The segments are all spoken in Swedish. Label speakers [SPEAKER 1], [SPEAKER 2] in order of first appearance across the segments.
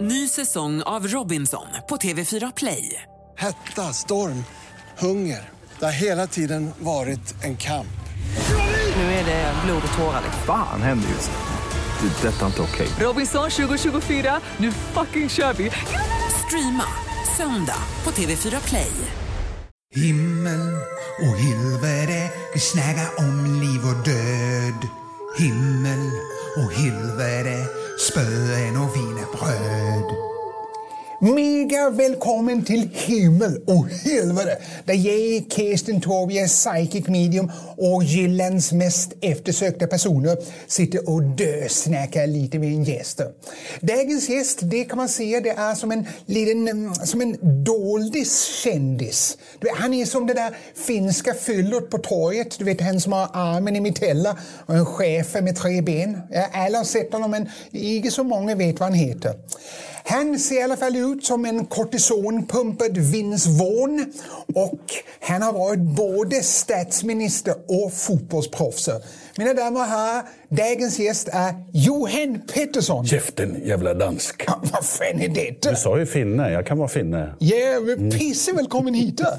[SPEAKER 1] Ny säsong av Robinson på TV4 Play.
[SPEAKER 2] Hetta, storm, hunger. Det har hela tiden varit en kamp.
[SPEAKER 1] Nu är det blod och tårar.
[SPEAKER 3] Fan händer just nu. Det. är Detta är inte okej.
[SPEAKER 1] Robinson 2024, nu fucking kör vi! Streama söndag på TV4 Play.
[SPEAKER 4] Himmel och helvete, vi snäga om liv och död. Himmel och helvete, spöen och wienerbröd. Mega välkommen till Himmel och helvete där jag, Kirsten Torvje, psychic medium och Jyllands mest eftersökta personer sitter och dösnackar lite med en gäst. Dagens gäst, det kan man säga, det är som en liten, mm, som en doldis kändis. Du vet, Han är som det där finska fyllot på torget, du vet han som har armen i mitella och en schäfer med tre ben. Ja, Alla har sett honom men inte så många vet vad han heter. Han ser i alla fall ut som en kortisonpumpad Vince Vaughn och han har varit både statsminister och fotbollsproffs. Mina damer och herrar, dagens gäst är Johan Pettersson.
[SPEAKER 5] Käften jävla dansk.
[SPEAKER 4] Ja, Vad fan är detta?
[SPEAKER 5] Du sa ju finne, jag kan vara finne.
[SPEAKER 4] Ja,
[SPEAKER 5] Mm.
[SPEAKER 4] men pisse välkommen hit. då.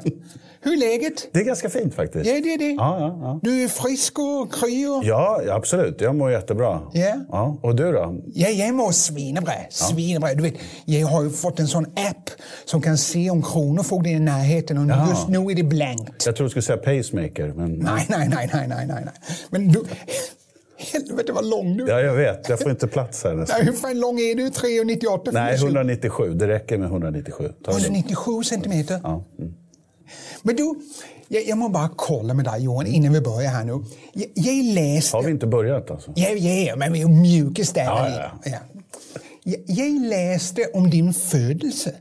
[SPEAKER 4] Hur är läget?
[SPEAKER 5] Det är ganska fint faktiskt.
[SPEAKER 4] Ja, det är det.
[SPEAKER 5] Ja, ja, ja.
[SPEAKER 4] Du är frisk och kry och...
[SPEAKER 5] Ja, ja, absolut. Jag mår jättebra.
[SPEAKER 4] Ja.
[SPEAKER 5] ja. Och du då?
[SPEAKER 4] Ja, jag mår svinebra. svinebra. Du vet, jag har ju fått en sån app som kan se om Kronofogden är i närheten och
[SPEAKER 5] Jaha.
[SPEAKER 4] just nu är det blankt.
[SPEAKER 5] Jag tror du skulle säga pacemaker, men...
[SPEAKER 4] Nej, nej, nej, nej, nej, nej. nej. Men du... Helvete vad lång du är.
[SPEAKER 5] Ja, jag vet. Jag får inte plats här nästan.
[SPEAKER 4] Nej, Hur fan lång är du? 3,98?
[SPEAKER 5] Nej, 197. Det räcker med 197. Ta det lugnt.
[SPEAKER 4] 197 centimeter.
[SPEAKER 5] Ja. mm.
[SPEAKER 4] Men du, jag, jag må bara kolla med dig Johan innan vi börjar här nu. Jag, jag läste...
[SPEAKER 5] Har vi inte börjat alltså?
[SPEAKER 4] Ja, ja, men vi är mjukis där.
[SPEAKER 5] Ja, ja,
[SPEAKER 4] ja. Jag, jag läste om din födelse.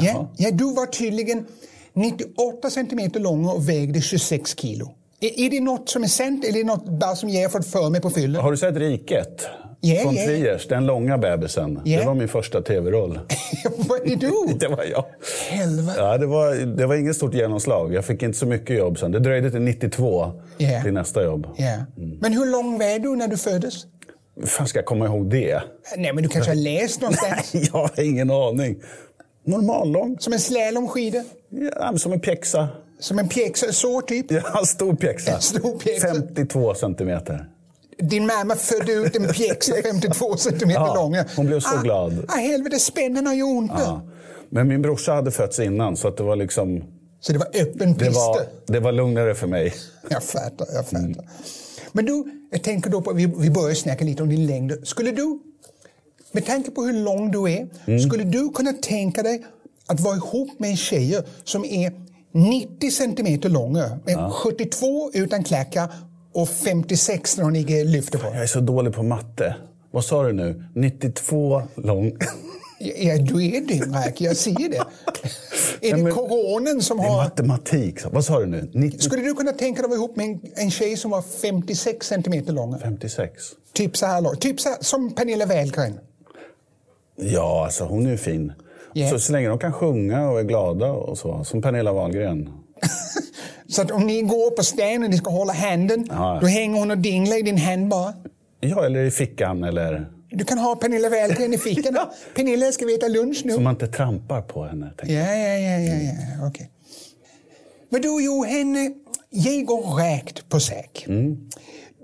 [SPEAKER 4] Ja, ja, du var tydligen 98 centimeter lång och vägde 26 kilo. Är, är det något som är sant eller är det något bara som jag har fått för mig på fyllan?
[SPEAKER 5] Har du sett Riket?
[SPEAKER 4] Ja,
[SPEAKER 5] Från
[SPEAKER 4] ja.
[SPEAKER 5] Triers, den långa bebisen.
[SPEAKER 4] Ja.
[SPEAKER 5] Det var min första tv-roll.
[SPEAKER 4] Vad är du?
[SPEAKER 5] Det var jag.
[SPEAKER 4] Helvete.
[SPEAKER 5] Ja, det, var, det var inget stort genomslag. Jag fick inte så mycket jobb sen. Det dröjde till 92
[SPEAKER 4] Ja.
[SPEAKER 5] till nästa jobb.
[SPEAKER 4] Ja. Men hur lång var du när du föddes?
[SPEAKER 5] Hur fan ska jag komma ihåg det?
[SPEAKER 4] Nej, men du kanske har läst någonstans?
[SPEAKER 5] Jag har ingen aning. Normallång.
[SPEAKER 4] Som en slalomskida?
[SPEAKER 5] Ja, men som en pjäxa.
[SPEAKER 4] Som en pjäxa? Så typ?
[SPEAKER 5] Ja, en stor pjäxa.
[SPEAKER 4] En stor pjäxa.
[SPEAKER 5] 52 centimeter.
[SPEAKER 4] Din mamma födde ut en pjäxa 52 centimeter
[SPEAKER 5] Ja,
[SPEAKER 4] lång.
[SPEAKER 5] hon blev så glad.
[SPEAKER 4] Ah, helvete, spännen gör ont.
[SPEAKER 5] Ja. Men min brorsa hade fötts innan, så att det var liksom...
[SPEAKER 4] Så det var öppen
[SPEAKER 5] Det
[SPEAKER 4] piste.
[SPEAKER 5] var, det var lugnare för mig.
[SPEAKER 4] Jag fattar, jag fattar. Men du, jag tänker då på, vi, vi börjar snacka lite om din längd. Skulle du, med tanke på hur lång du är, skulle du kunna tänka dig att vara ihop med en tjej som är 90 centimeter lång, men 72 utan klackar och 56 när hon inte lyfter på?
[SPEAKER 5] Jag är så dålig på matte. Vad sa du nu? 92 lång.
[SPEAKER 4] Ja, du är dyngrak, jag ser det. är det
[SPEAKER 5] men-
[SPEAKER 4] coronan som
[SPEAKER 5] Det är
[SPEAKER 4] har...
[SPEAKER 5] matematik. sa- Vad sa du nu? 90,
[SPEAKER 4] Skulle du kunna tänka dig att vara ihop med en, en tjej som var 56 centimeter lång?
[SPEAKER 5] 56.
[SPEAKER 4] Typ så här lång. Typ så här, som Pernilla Wahlgren.
[SPEAKER 5] Ja, alltså hon är ju fin.
[SPEAKER 4] Ja.
[SPEAKER 5] Så, så länge de kan sjunga och är glada och så. Som Pernilla Wahlgren.
[SPEAKER 4] Så att om ni går på stan och ni ska hålla handen,
[SPEAKER 5] Ja.
[SPEAKER 4] då hänger hon och dinglar i din hand bara.
[SPEAKER 5] Ja, eller i fickan eller...
[SPEAKER 4] Du kan ha Pernilla Wahlgren i fickan. Pernilla, ska vi äta lunch nu?
[SPEAKER 5] Så man inte trampar på henne. tänker jag.
[SPEAKER 4] Ja, ja, ja, ja, ja. okej. Men du Johan, eh, jag går rakt på sak.
[SPEAKER 5] Mm.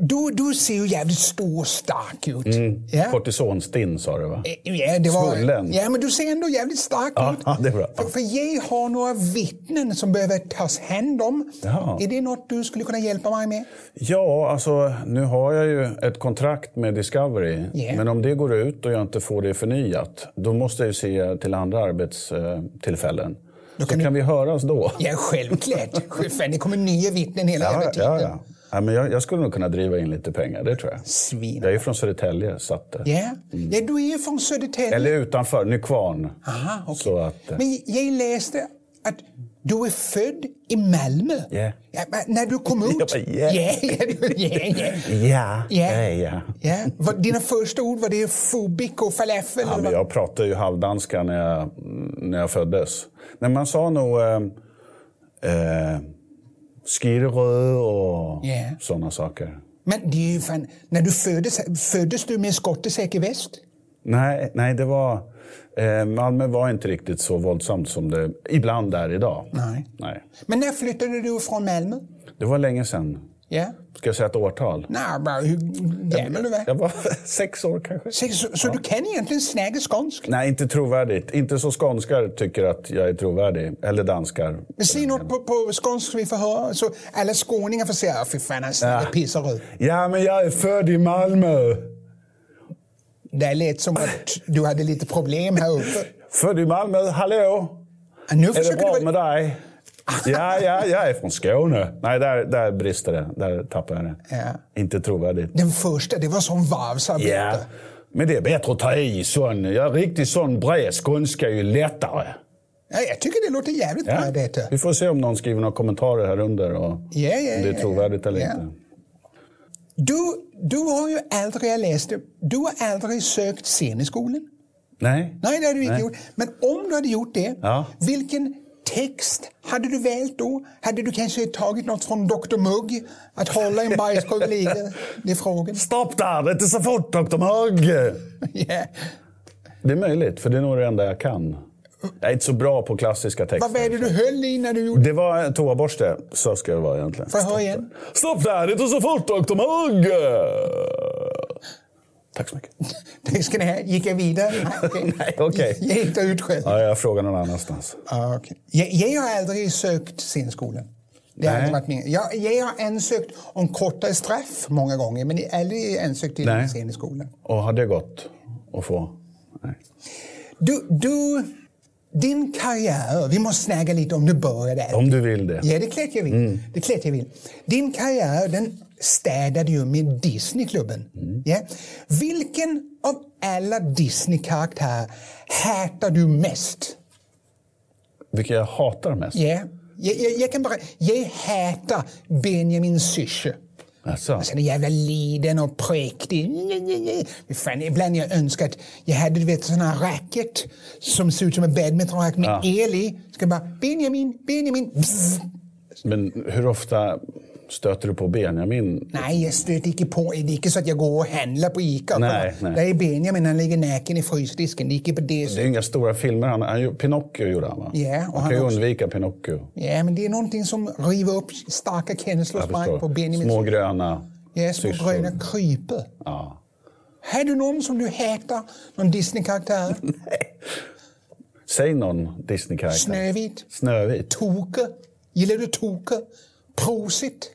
[SPEAKER 4] Du, du ser ju jävligt stor och stark ut. Ja. Eh,
[SPEAKER 5] Kortisonstinn sa du va?
[SPEAKER 4] Ja, det var,
[SPEAKER 5] Mm. Svullen.
[SPEAKER 4] ja, men du ser ändå jävligt stark
[SPEAKER 5] Ja,
[SPEAKER 4] ut.
[SPEAKER 5] ja, det är bra.
[SPEAKER 4] För, för jag har några vittnen som behöver tas hand om.
[SPEAKER 5] Ja.
[SPEAKER 4] Är det något du skulle kunna hjälpa mig med?
[SPEAKER 5] Ja, alltså nu har jag ju ett kontrakt med Discovery.
[SPEAKER 4] Yeah.
[SPEAKER 5] Men om det går ut och jag inte får det förnyat, då måste jag ju se till andra arbetstillfällen. Då kan,
[SPEAKER 4] kan du-
[SPEAKER 5] kan vi höras då.
[SPEAKER 4] Ja, självklart. Fan, det kommer nya vittnen hela jävla
[SPEAKER 5] ja,
[SPEAKER 4] tiden.
[SPEAKER 5] ja, ja. ja men jag, jag skulle nog kunna driva in lite pengar, det tror jag.
[SPEAKER 4] Svin.
[SPEAKER 5] Jag är ju från Södertälje, så att, eh,
[SPEAKER 4] Ja. ja, du är ju från Södertälje.
[SPEAKER 5] Eller utanför, Nykvarn.
[SPEAKER 4] Aha, okej.
[SPEAKER 5] Så att, eh,
[SPEAKER 4] Men jag läste att du är född i Malmö.
[SPEAKER 5] Ja.
[SPEAKER 4] Ja, men när du kom ut...
[SPEAKER 5] Jag bara, ja.
[SPEAKER 4] Ja, ja, du- ja, ja.
[SPEAKER 5] Ja,
[SPEAKER 4] Ja.
[SPEAKER 5] ja, ja.
[SPEAKER 4] Ja, vad- Dina första ord, var det fubik och falafel?
[SPEAKER 5] Ja,
[SPEAKER 4] eller
[SPEAKER 5] men
[SPEAKER 4] vad?
[SPEAKER 5] jag pratade ju halvdanska när jag, när jag föddes. Men man sa nog eh, eh, skirrö och
[SPEAKER 4] Ja.
[SPEAKER 5] sådana saker.
[SPEAKER 4] Men det är ju fan, när du föddes, föddes du med skottesäker väst?
[SPEAKER 5] Nej, nej det var, eh, Malmö var inte riktigt så våldsamt som det ibland är idag.
[SPEAKER 4] Nej.
[SPEAKER 5] nej.
[SPEAKER 4] Men när flyttade du från Malmö?
[SPEAKER 5] Det var länge sedan.
[SPEAKER 4] Ja.
[SPEAKER 5] Ska jag säga ett årtal?
[SPEAKER 4] Nej, bara hur gammal du var.
[SPEAKER 5] Jag var sex år kanske.
[SPEAKER 4] Så, så, så du kan egentligen snäga skånsk?
[SPEAKER 5] Nej, inte trovärdigt. Inte så skånskar tycker att jag är trovärdig. Eller danskar.
[SPEAKER 4] Säg något på, på skånsk vi får höra så alla skåningar får säga "Ah, fy fan alltså, han snackar
[SPEAKER 5] Ja.
[SPEAKER 4] pisseröd.
[SPEAKER 5] Ja, men jag är född i Malmö.
[SPEAKER 4] Det lät som att du hade lite problem här uppe.
[SPEAKER 5] Född i Malmö, hallå?
[SPEAKER 4] Nu
[SPEAKER 5] Är det
[SPEAKER 4] försöker
[SPEAKER 5] bra
[SPEAKER 4] du...
[SPEAKER 5] med dig? Ja, ja, jag är från Skåne. Nej, där, där brister det. Där tappar jag det.
[SPEAKER 4] Ja.
[SPEAKER 5] Inte trovärdigt.
[SPEAKER 4] Den första, det var som varvsarbete.
[SPEAKER 5] Ja, men det är bättre att ta i sån. Ja, riktigt sån bred skånska är ju lättare.
[SPEAKER 4] Ja, jag tycker det låter jävligt bra
[SPEAKER 5] Ja.
[SPEAKER 4] detta.
[SPEAKER 5] Vi får se om någon skriver några kommentarer här under och
[SPEAKER 4] Ja, ja,
[SPEAKER 5] om det
[SPEAKER 4] ja, ja.
[SPEAKER 5] är trovärdigt eller
[SPEAKER 4] Ja.
[SPEAKER 5] inte.
[SPEAKER 4] Du, du har ju aldrig, jag läste, du har aldrig sökt sceneskolan.
[SPEAKER 5] Nej.
[SPEAKER 4] Nej, det hade du inte
[SPEAKER 5] Nej.
[SPEAKER 4] gjort. Men om du hade gjort det,
[SPEAKER 5] Ja.
[SPEAKER 4] vilken text hade du valt då? Hade du kanske tagit något från Dr Mugg? Att hålla en bajskorv lite? Det är frågan.
[SPEAKER 5] Stopp där! Inte så fort, Dr. Mugg!
[SPEAKER 4] Ja.
[SPEAKER 5] Det är möjligt, för det är nog det enda jag kan. Jag är inte så bra på klassiska
[SPEAKER 4] Vad var
[SPEAKER 5] texter.
[SPEAKER 4] det du höll i när du gjorde
[SPEAKER 5] Det var en toaborste. Så ska det vara egentligen.
[SPEAKER 4] Får jag höra igen?
[SPEAKER 5] Stopp där! Inte så fort, Dr. Mugg! Tack så mycket.
[SPEAKER 4] det? Ska ni ha? Gick jag vidare?
[SPEAKER 5] Nej, okej.
[SPEAKER 4] Jag hittar ut själv.
[SPEAKER 5] Ja, jag frågar någon annanstans.
[SPEAKER 4] Ah, okej. jag, jag har aldrig sökt scenskolan. Det har
[SPEAKER 5] Nej.
[SPEAKER 4] aldrig varit min. Jag, jag har ansökt om kortare straff många gånger men jag har aldrig ansökt till
[SPEAKER 5] Nej.
[SPEAKER 4] scenskolan.
[SPEAKER 5] Och har det gått att få? Nej.
[SPEAKER 4] Du, du, din karriär, vi måste snäga lite om du börjar där.
[SPEAKER 5] Om du vill det.
[SPEAKER 4] Ja, det är klart jag vill. Det är klart jag vill. Din karriär den städade ju med Disneyklubben. Ja. Vilken av alla Disney-karaktärer hatar du mest?
[SPEAKER 5] Vilka jag hatar mest?
[SPEAKER 4] Ja, jag, jag, jag kan bara... Jag hatar Benjamin Syrse.
[SPEAKER 5] Alltså.
[SPEAKER 4] Alltså den jävla liden och präktig. Men Fan, ibland jag önskar att jag hade du vet, sån här racket som ser ut som en badmintonracket med
[SPEAKER 5] Ja.
[SPEAKER 4] el i. Ska bara Benjamin, Benjamin. Bzz.
[SPEAKER 5] Men hur ofta stöter du på Benjamin?
[SPEAKER 4] Nej, jag stöter inte på. Det är inte så att jag går och handlar på Ica. och
[SPEAKER 5] Nej,
[SPEAKER 4] bara,
[SPEAKER 5] nej.
[SPEAKER 4] Där är Benjamin, han ligger naken i frysdisken. Det är inte på det
[SPEAKER 5] Det är
[SPEAKER 4] sättet.
[SPEAKER 5] ju inga stora filmer. Han, han, gjorde- Pinocchio gjorde han, va?
[SPEAKER 4] Ja, och
[SPEAKER 5] man
[SPEAKER 4] han
[SPEAKER 5] kan ju
[SPEAKER 4] också.
[SPEAKER 5] undvika Pinocchio.
[SPEAKER 4] Ja, men det är någonting som river upp starka känslor
[SPEAKER 5] Jag
[SPEAKER 4] hos mig
[SPEAKER 5] förstår.
[SPEAKER 4] på Benjamin.
[SPEAKER 5] Små gröna
[SPEAKER 4] Ja, små
[SPEAKER 5] syrsor.
[SPEAKER 4] gröna kryper.
[SPEAKER 5] Ja.
[SPEAKER 4] Har du någon som du hatar? Någon Disney-karaktär?
[SPEAKER 5] Säg någon Disney-karaktär.
[SPEAKER 4] Snövit?
[SPEAKER 5] Snövit.
[SPEAKER 4] Toke? Gillar du Toke? Prosit?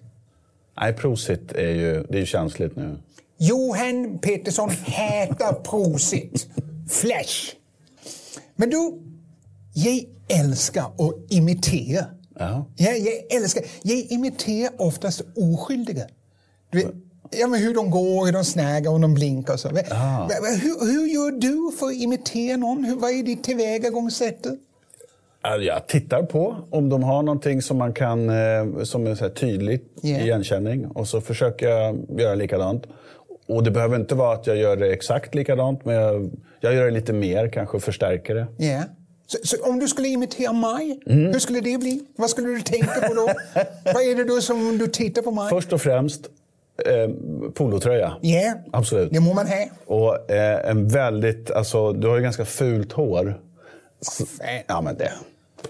[SPEAKER 5] Nej, Prosit är ju, det är ju känsligt nu.
[SPEAKER 4] Johan Pettersson hatar Prosit. Flash! Men du, jag älskar att imitera.
[SPEAKER 5] Ja.
[SPEAKER 4] Jag, jag älskar, jag imiterar oftast oskyldiga. Du vet, ja, men hur de går, hur de snägar och de blinkar och så. Va- va- va- Hur, hur gör du för att imitera någon? Hur, vad är ditt tillvägagångssätt?
[SPEAKER 5] Alltså, Jag tittar på om de har någonting som man kan eh, som är så här tydligt
[SPEAKER 4] Yeah.
[SPEAKER 5] igenkänning och så försöker jag göra likadant. Och det behöver inte vara att jag gör det exakt likadant men jag, jag gör det lite mer, kanske förstärker det.
[SPEAKER 4] Ja. Så, så om du skulle imitera mig,
[SPEAKER 5] Mm.
[SPEAKER 4] hur skulle det bli? Vad skulle du tänka på då? vad är det då som du tittar på mig?
[SPEAKER 5] Först och främst eh, polotröja.
[SPEAKER 4] Ja,
[SPEAKER 5] Absolut.
[SPEAKER 4] det må man ha.
[SPEAKER 5] Och eh, en väldigt, alltså du har ju ganska fult hår. Så,
[SPEAKER 4] fan.
[SPEAKER 5] ja men det,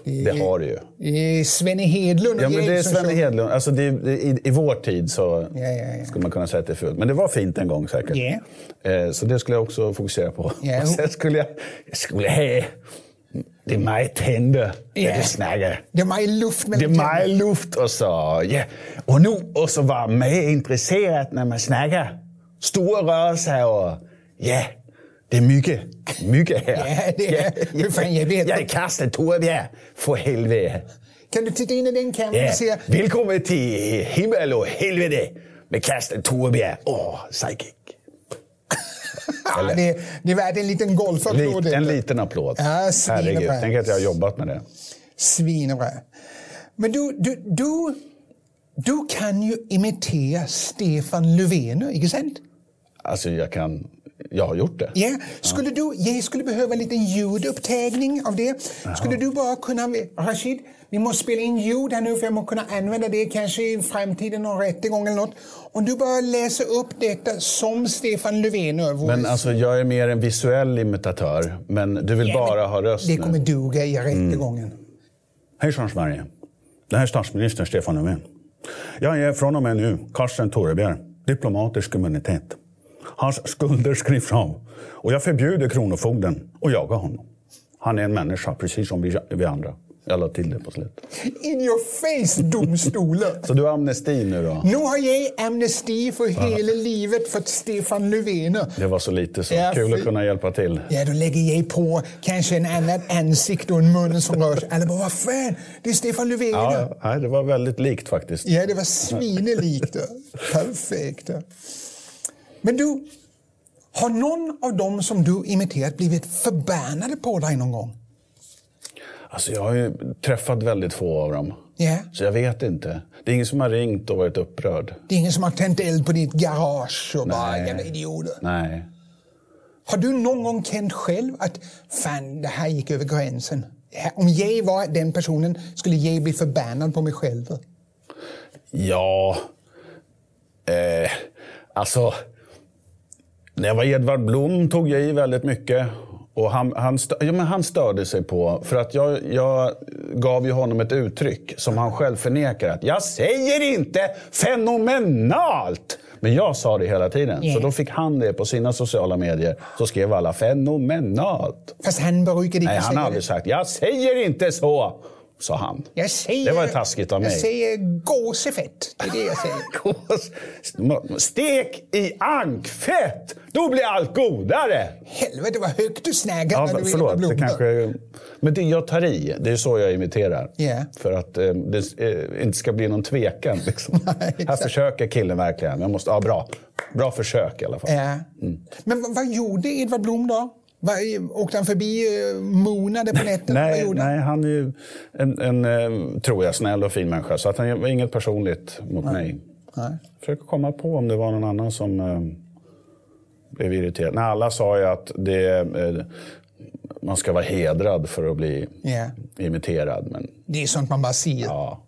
[SPEAKER 5] det har du ju.
[SPEAKER 4] Det är Eh, Svenne Hedlund och
[SPEAKER 5] Ja, men
[SPEAKER 4] gäng
[SPEAKER 5] det är
[SPEAKER 4] som
[SPEAKER 5] Svenne
[SPEAKER 4] kör.
[SPEAKER 5] Hedlund. Alltså, det är, det är, i, I vår tid så
[SPEAKER 4] liksom Ja, ja, ja.
[SPEAKER 5] skulle man kunna säga att det är fult. Men det var fint en gång säkert. Eh, så det skulle jag också fokusera på.
[SPEAKER 4] Ja.
[SPEAKER 5] Och sen skulle jag... Jag skulle ha... Det är mig tände
[SPEAKER 4] Ja.
[SPEAKER 5] när du snackar.
[SPEAKER 4] Det är mig luft
[SPEAKER 5] Det är
[SPEAKER 4] mellan
[SPEAKER 5] mig luft och så... Ja. Och nu och så vara med intresserad när man snackar. Stora rörelser och... Ja, det är mycket. Mycket här.
[SPEAKER 4] Ja, det är- hur fan jag vet.
[SPEAKER 5] Jag är Karsten Torebjer, för helvete.
[SPEAKER 4] Kan du titta in i den kameran
[SPEAKER 5] Ja,
[SPEAKER 4] och se?
[SPEAKER 5] Eh, Välkommen till Himmel och helvete med Karsten Torebjer och Psychic.
[SPEAKER 4] Ja,
[SPEAKER 5] eller-
[SPEAKER 4] det, det är värt en liten golfapplåd.
[SPEAKER 5] Lit, en
[SPEAKER 4] detta.
[SPEAKER 5] liten applåd.
[SPEAKER 4] Ja, svinbra.
[SPEAKER 5] Herregud, tänk att jag har jobbat med det.
[SPEAKER 4] Svinbra. Men du, du, du, du kan ju imitera Stefan Löfven, inte sant?
[SPEAKER 5] Alltså jag kan jag har gjort det.
[SPEAKER 4] Ja, skulle du, jag skulle behöva en liten ljudupptagning av det. Skulle du bara kunna... Rashid, vi måste spela in ljud här nu för jag måste kunna använda det kanske i framtiden, någon rättegång eller något. Om du bara läser upp detta som Stefan Löfven övervågar.
[SPEAKER 5] Men alltså, jag är mer en visuell imitatör, men du vill bara ha röst
[SPEAKER 4] Det
[SPEAKER 5] nu.
[SPEAKER 4] kommer duga i rättegången.
[SPEAKER 5] Hejsan Sverige. Det här är statsminister Stefan Löfven. Jag är från och med nu Carsten Torebjer, diplomatisk immunitet. Hans skulder skrivs av och jag förbjuder Kronofogden att jaga honom. Han är en människa, precis som vi, vi andra. Jag la till det på slutet.
[SPEAKER 4] In your face, domstolar!
[SPEAKER 5] Så du har amnesti nu då?
[SPEAKER 4] nu har jag amnesti för hela livet för Stefan Löfven.
[SPEAKER 5] Det var så lite så.
[SPEAKER 4] Ja,
[SPEAKER 5] Kul att
[SPEAKER 4] fy-
[SPEAKER 5] kunna hjälpa till.
[SPEAKER 4] Ja, då lägger jag på kanske en annan ansikte och en mun som rör sig. Alla bara, vad fan, det är Stefan Löfven. Ja,
[SPEAKER 5] Ja, nej, det var väldigt likt faktiskt.
[SPEAKER 4] ja det var svinelikt. Perfekt. Men du, har någon av dem som du imiterat blivit förbannade på dig någon gång?
[SPEAKER 5] Alltså, jag har ju träffat väldigt få av dem.
[SPEAKER 4] Ja.
[SPEAKER 5] Så jag vet inte. Det är ingen som har ringt och varit upprörd.
[SPEAKER 4] Det är ingen som har tänt eld på ditt garage och bara,
[SPEAKER 5] Nej.
[SPEAKER 4] jävla idioter.
[SPEAKER 5] Nej.
[SPEAKER 4] Har du någon gång känt själv att fan, det här gick över gränsen? Ja, Om jag var den personen skulle jag bli förbannad på mig själv.
[SPEAKER 5] Ja... Eh, alltså... När jag var Edvard Blom tog jag i väldigt mycket. Och han, han, stö- ja, men han störde sig på... För att jag, jag gav ju honom ett uttryck som han själv förnekar. Att jag säger inte fenomenalt! Men jag sa det hela tiden. Så då fick han det på sina sociala medier. Så skrev alla fenomenalt.
[SPEAKER 4] Fast han brukar inte
[SPEAKER 5] Nej, han
[SPEAKER 4] säga
[SPEAKER 5] har aldrig
[SPEAKER 4] det.
[SPEAKER 5] sagt jag säger inte så, sa han.
[SPEAKER 4] Jag säger,
[SPEAKER 5] Det var taskigt av mig.
[SPEAKER 4] Jag säger gåsefett. Det är det jag säger.
[SPEAKER 5] Gås. Stek i ankfett! Då blir allt godare!
[SPEAKER 4] Helvete vad högt du snaggade
[SPEAKER 5] Ja,
[SPEAKER 4] när du
[SPEAKER 5] förlåt,
[SPEAKER 4] ville
[SPEAKER 5] det
[SPEAKER 4] med blommor.
[SPEAKER 5] kanske... Men det, jag tar i. Det är så jag imiterar.
[SPEAKER 4] Ja.
[SPEAKER 5] För att eh, det eh, inte ska bli någon tvekan. Liksom.
[SPEAKER 4] Nej,
[SPEAKER 5] Här
[SPEAKER 4] exakt.
[SPEAKER 5] försöker killen verkligen. Jag måste, ja, bra. bra försök i alla fall.
[SPEAKER 4] Ja.
[SPEAKER 5] Mm.
[SPEAKER 4] Men vad, vad gjorde Edvard Blom då? Vad, åkte han förbi eh, Mona där på nätterna? vad
[SPEAKER 5] Nej,
[SPEAKER 4] gjorde han?
[SPEAKER 5] nej, han är ju en, en eh, tror jag, snäll och fin människa. Så att han var inget personligt mot mig.
[SPEAKER 4] Nej.
[SPEAKER 5] Försöker komma på om det var någon annan som eh, blev irriterad. Nej, alla sa ju att det, eh, man ska vara hedrad för att bli
[SPEAKER 4] Ja.
[SPEAKER 5] imiterad. Men
[SPEAKER 4] Det är sånt man bara säger.
[SPEAKER 5] ja.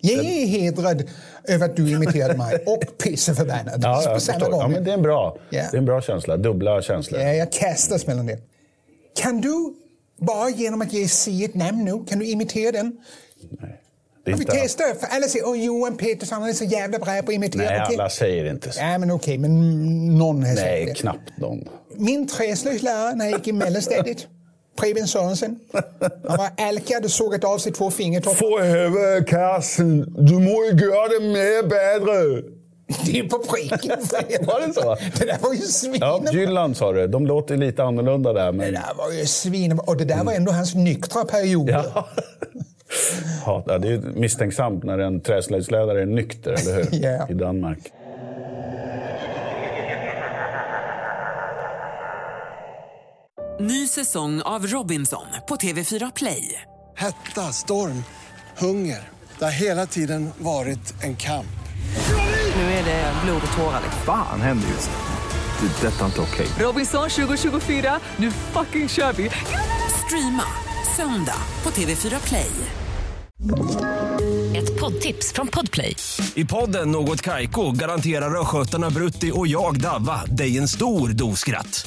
[SPEAKER 4] Jag är hedrad över att du imiterade mig och pisseförbannad
[SPEAKER 5] Ja,
[SPEAKER 4] på
[SPEAKER 5] jag
[SPEAKER 4] samma
[SPEAKER 5] förstår.
[SPEAKER 4] gång.
[SPEAKER 5] ja, men det är en bra,
[SPEAKER 4] Ja.
[SPEAKER 5] det är en bra känsla. Dubbla känslor.
[SPEAKER 4] Ja, jag kastas mellan det. Kan du, bara genom att jag säger ett namn nu, kan du imitera den?
[SPEAKER 5] Det är
[SPEAKER 4] Vi
[SPEAKER 5] inte alla-
[SPEAKER 4] testar, för alla säger åh Johan Petersson, han är så jävla bra på att imitera.
[SPEAKER 5] Nej,
[SPEAKER 4] Okej.
[SPEAKER 5] alla säger inte så.
[SPEAKER 4] Ja, men okej, men någon har sagt
[SPEAKER 5] Nej,
[SPEAKER 4] det.
[SPEAKER 5] knappt någon.
[SPEAKER 4] Min träslöjdslärare när jag gick i mellanstadiet, Preben Sörensen, han var alkad och sågat av sig två fingertoppar.
[SPEAKER 5] För helvete, Karsten. Du måste göra det mer bättre.
[SPEAKER 4] Det är på pricken.
[SPEAKER 5] Var det så?
[SPEAKER 4] Det där var ju svin.
[SPEAKER 5] Ja, Jylland sa du. De låter lite annorlunda där.
[SPEAKER 4] Det
[SPEAKER 5] Men...
[SPEAKER 4] där var ju svin. Och det där var ändå hans nyktra period.
[SPEAKER 5] Ja. Ja, det är ju misstänksamt när en träslöjdslärare är nykter, eller hur?
[SPEAKER 4] Ja.
[SPEAKER 5] I Danmark.
[SPEAKER 1] Ny säsong av Robinson på TV4 Play.
[SPEAKER 2] Hetta, storm, hunger. Det har hela tiden varit en kamp.
[SPEAKER 1] Nu är det blod och tårar.
[SPEAKER 3] Fan händer just nu. Det. är Detta är inte okej.
[SPEAKER 1] Robinson 2024, nu fucking kör vi! Streama söndag på TV4 Play.
[SPEAKER 6] Ett poddtips från Podplay.
[SPEAKER 7] I podden Något Kaiko garanterar östgötarna Brutti och jag, Davva, dig en stor dos skratt.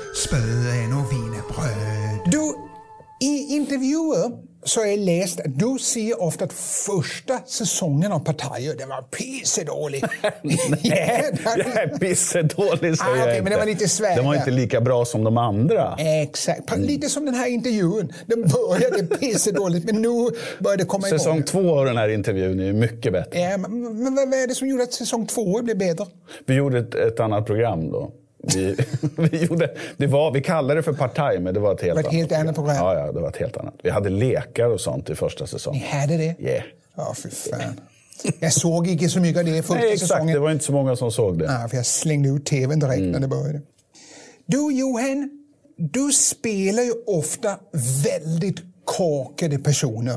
[SPEAKER 4] spöen och wienerbröd. Du, i intervjuer så har jag läst att du säger ofta att första säsongen av Partaj, det var pissedålig. Ja, det var-
[SPEAKER 5] Jag är pissedålig, säger
[SPEAKER 4] Ah, okej,
[SPEAKER 5] jag
[SPEAKER 4] men det var lite svär
[SPEAKER 5] Den var
[SPEAKER 4] där. Eh,
[SPEAKER 5] inte lika bra som de andra.
[SPEAKER 4] Exakt. Pa- Lite som den här intervjun. Den började pissedåligt, men nu börjar det komma igång.
[SPEAKER 5] Säsong två av den här intervjun är ju mycket
[SPEAKER 4] Eh.
[SPEAKER 5] bättre.
[SPEAKER 4] Ja, men men vad vad är det som gjorde att säsong två blev bättre?
[SPEAKER 5] Vi gjorde ett, ett annat program då. Vi, vi, gjorde, det var, vi kallade det för partaj, men det var ett helt,
[SPEAKER 4] Det var ett helt annat program.
[SPEAKER 5] Ja, ja, det var ett helt annat. Vi hade lekar och sånt i första
[SPEAKER 4] Ni
[SPEAKER 5] säsongen.
[SPEAKER 4] hade det?
[SPEAKER 5] Yeah.
[SPEAKER 4] Ja, fy fan. Jag såg inte så mycket av det i första
[SPEAKER 5] Nej, exakt.
[SPEAKER 4] säsongen.
[SPEAKER 5] Det var Mm. inte så många som såg det.
[SPEAKER 4] Nej, för jag slängde ut tvn direkt när det började. Du Johan, du spelar ju ofta väldigt korkade personer.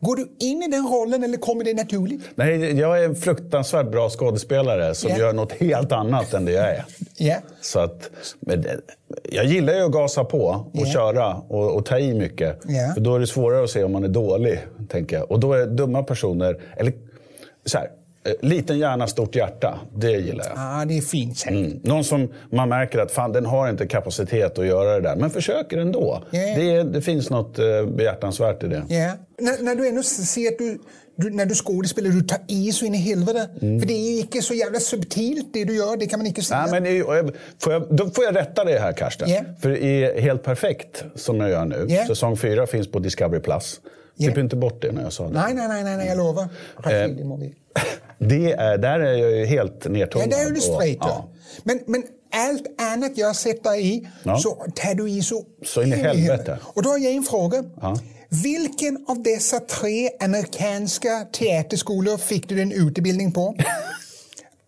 [SPEAKER 4] Går du in i den rollen eller kommer det naturligt?
[SPEAKER 5] Nej, jag är en fruktansvärt bra skådespelare som
[SPEAKER 4] Ja.
[SPEAKER 5] gör något helt annat än det jag är.
[SPEAKER 4] Ja.
[SPEAKER 5] Så att, men det, jag gillar ju att gasa på och
[SPEAKER 4] Ja.
[SPEAKER 5] köra och, och ta i mycket.
[SPEAKER 4] Ja.
[SPEAKER 5] För då är det svårare att se om man är dålig, tänker jag. Och då är dumma personer... Eller så här, eh, liten hjärna, stort hjärta. Det gillar jag.
[SPEAKER 4] ah, det är fint sagt.
[SPEAKER 5] Mm. Någon som man märker att fan, den har inte kapacitet att göra det där, men försöker ändå.
[SPEAKER 4] Ja.
[SPEAKER 5] Det, är- det finns något eh, behjärtansvärt i det.
[SPEAKER 4] Ja. När, när du ändå ser att du, du, när du skådespelar, du tar i så in i helvete. För det är ju inte så jävla subtilt det du gör, det kan man inte säga.
[SPEAKER 5] Mm. Nej, men, det är ju- och jag- får jag, då får jag rätta dig här, Karsten.
[SPEAKER 4] Ja.
[SPEAKER 5] För i Helt perfekt, som jag gör nu,
[SPEAKER 4] Ja.
[SPEAKER 5] säsong fyra finns på Discovery+. Plus.
[SPEAKER 4] Ja.
[SPEAKER 5] Klipp inte bort det när jag sa det.
[SPEAKER 4] nej, nej, nej, nej, nej, jag
[SPEAKER 5] Mm.
[SPEAKER 4] lovar.
[SPEAKER 5] Eh,
[SPEAKER 4] Rafid, det må vi-
[SPEAKER 5] Det är, där är jag ju helt
[SPEAKER 4] Ja,
[SPEAKER 5] nertonad.
[SPEAKER 4] det är Illustrator.
[SPEAKER 5] Och, ja.
[SPEAKER 4] men, men allt annat jag sätter i
[SPEAKER 5] Ja.
[SPEAKER 4] så tar du i så...
[SPEAKER 5] Så in i helvete.
[SPEAKER 4] Och då har jag en fråga.
[SPEAKER 5] Ja.
[SPEAKER 4] Vilken av dessa tre amerikanska teaterskolor fick du din utbildning på?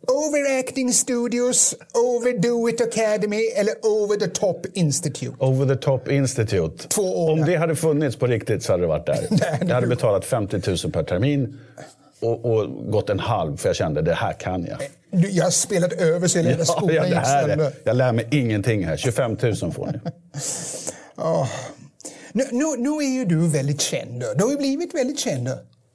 [SPEAKER 4] Overacting Studios, Overdo It Academy eller Over the Top Institute?
[SPEAKER 5] Over the Top Institute.
[SPEAKER 4] Två år.
[SPEAKER 5] Om det hade funnits på riktigt så hade det varit där.
[SPEAKER 4] Nej, det-
[SPEAKER 5] jag hade betalat 50 000 per termin och, och gått en halv för jag kände det här kan jag.
[SPEAKER 4] Du, jag har spelat över så jag lärde skolan
[SPEAKER 5] ja, det
[SPEAKER 4] gick
[SPEAKER 5] här
[SPEAKER 4] sönder.
[SPEAKER 5] är, jag lär mig ingenting här. 25 000 får ni.
[SPEAKER 4] Ah. Nu, nu, nu är ju du väldigt känd. Du har ju blivit väldigt känd.